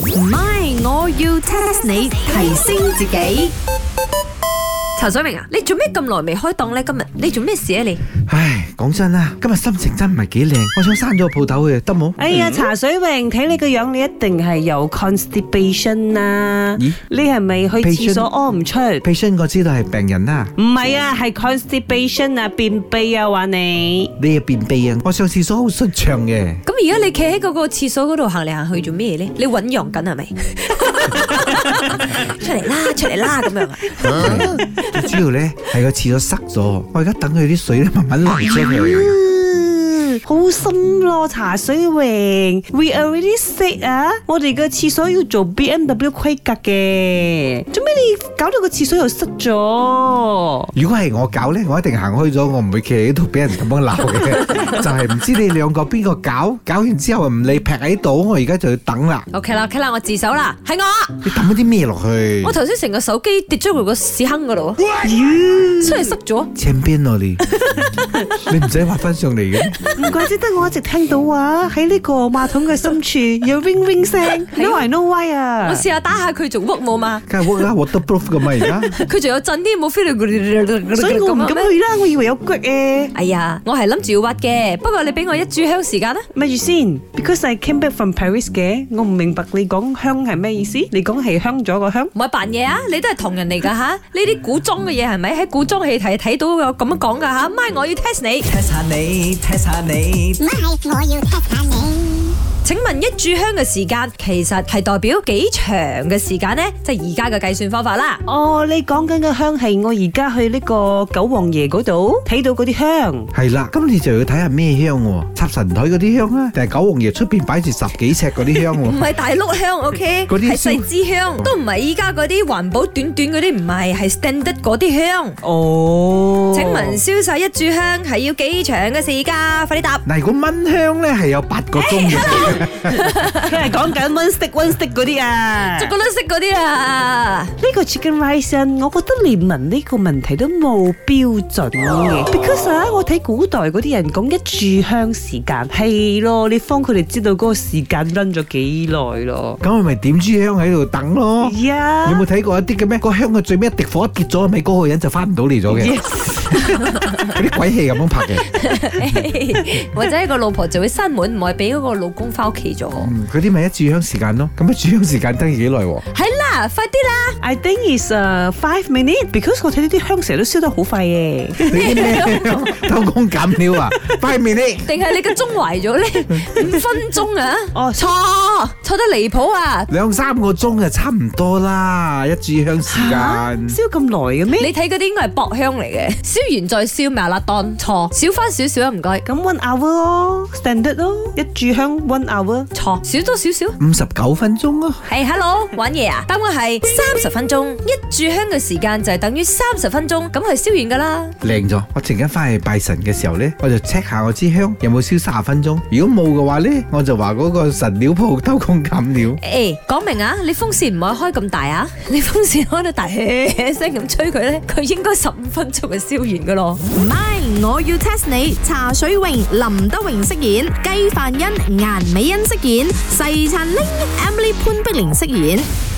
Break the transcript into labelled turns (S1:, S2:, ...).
S1: 唔係，我要 test 你提升自己。
S2: 茶水明啊，你做咩咁耐未開檔咧？今日你做咩事啊？你
S3: 唉，講真啦，今日心情真唔係幾靚，我想閂咗個鋪頭去，得冇？
S4: 哎呀，茶水榮，睇你個樣，你一定係有 constipation à. 啦。
S3: 咦
S4: 你係咪去廁
S3: Patient？
S4: 所屙唔出？
S3: p a t i e n 我知道係病人啦，
S4: 唔係啊，係 à, constipation à, 啊，便秘啊，話你。
S3: 你嘅便秘啊，我上廁所好順暢嘅，
S2: 咁而家你企喺嗰個廁所嗰度行嚟行去做咩咧？你醞釀緊係咪？出嚟啦，出嚟啦咁樣啊！
S3: 最主要咧係個廁所塞咗，我而家等佢啲水咧慢慢流出去。Ừ.
S4: 嗯好心咯，茶水榮，we already said à, 啊，我哋嘅廁所要做 B M W 規格嘅，做咩你搞到個廁所又塞咗？
S3: 如果係我搞咧，我一定行開咗，我唔會企喺度俾人咁樣鬧嘅，就係唔知你兩個邊個搞，搞完之後唔理劈喺度，我而家就要等啦。
S2: OK 啦，OK 啦，我自首啦，係我啊！
S3: 你抌咗啲咩落去
S2: 我？頭先成個手機跌咗入個屎坑嗰度啊，所以塞咗。
S3: 前邊咯你，你唔使畫翻上嚟嘅。
S4: 唔怪之得我一直聽到啊，喺呢個馬桶嘅深處有 ring ring 聲，no I no why
S2: 我
S4: 啊！
S2: 試下打下佢仲 work 冇嘛？
S3: 梗係 work 啦，waterproof 噶嘛而家。
S2: 佢仲有震啲冇 feel 到，
S4: 所以我唔敢
S2: 咁樣咩。
S4: 去啦，我以為有骨誒。
S2: 哎呀，我係諗住要屈嘅，不過你俾我一炷香時間啦。
S4: 咪住先，because I came back from Paris 嘅，我唔明白你講香係咩意思？你講係香咗個香？
S2: 唔係扮嘢啊！你都係唐人嚟噶吓，呢啲古裝嘅嘢係咪喺古裝戲睇睇到有咁樣講噶吓？唔係我要 test 你，
S5: test 下你，test 下你
S6: ，My 我要 test 下你
S2: 請問一炷香嘅時間其實係代表幾長嘅時間呢？即係而家嘅計算方法啦。
S4: 哦，你講緊嘅香係我而家去呢個九皇爺嗰度睇到嗰啲香。
S3: 係啦，咁你就要睇下咩香喎，插神台嗰啲香啊，定係九皇爺出邊擺住十幾尺嗰啲 香
S2: 唔
S3: 喎？
S2: 係大碌香，OK，
S3: 嗰啲哦
S2: 係細支香，都唔係依家嗰啲環保短短嗰啲，唔係係 standard 嗰啲香。
S4: 哦，
S2: 請問燒晒一炷香係要幾長嘅時間？快啲答！
S3: 嗱，如果蚊香咧係有八個鐘嘅，
S4: 佢係講緊 one stick one stick 嗰啲 啊？
S2: 逐個都識嗰啲啊！
S4: 呢個 chicken rice 啊我覺得你問呢個問題都冇標準嘅，because 啊，我睇古代嗰啲人講一炷香時間係咯，你方佢哋知道嗰個時間 run 咗幾耐咯。
S3: 咁我咪點支香喺度等咯。
S4: 呀
S3: 有冇睇過一啲嘅咩？個香嘅最尾一滴火一跌咗，咪嗰個人就翻唔到嚟咗 嘅。嗰啲鬼戲咁樣拍嘅，
S2: 或者一個老婆就會閂門，唔係俾嗰個老公翻屋企咗。
S3: 嗯嗰啲咪一炷香時間咯。咁一炷香時間等幾耐喎？
S2: 係啦，快啲啦！
S4: I think is 誒 five minute，because 我睇呢啲香成日都燒得好快嘅。
S3: 你啲咩香偷工減料啊？塊面你
S2: 定係你個鐘壞咗咧？五分鐘啊！
S4: 哦
S2: 錯錯得離譜啊！
S3: 兩三個鐘就差唔多啦，一炷香時間。
S4: 燒咁耐嘅咩？
S2: 你睇嗰啲應該係薄香嚟嘅，燒完再燒麻辣當錯，少翻少少啊，唔該。
S4: 咁 one hour 咯，standard 咯，一炷香 one hour。
S2: 錯，少多少少。
S3: 五十九分鐘咯。
S2: 係、hello，玩嘢啊！答案係三十分鐘，一炷香嘅時間就係等於三十分鐘，咁係燒完噶啦。
S3: 靚咗，我陣間翻去拜神嘅時候呢，我就 check 下我支香有冇燒三十分鐘。如果冇嘅話呢，我就話嗰個神料鋪偷工減料。
S2: 誒、講明啊，你風扇唔可以開咁大啊！你風扇開到大聲咁吹佢咧，佢應該十五分鐘就燒完噶咯。
S1: 唔係，我要 test 你。茶水榮、林德榮飾演，雞凡欣、顏美欣飾演，細陳玲、Emily 潘碧玲飾演。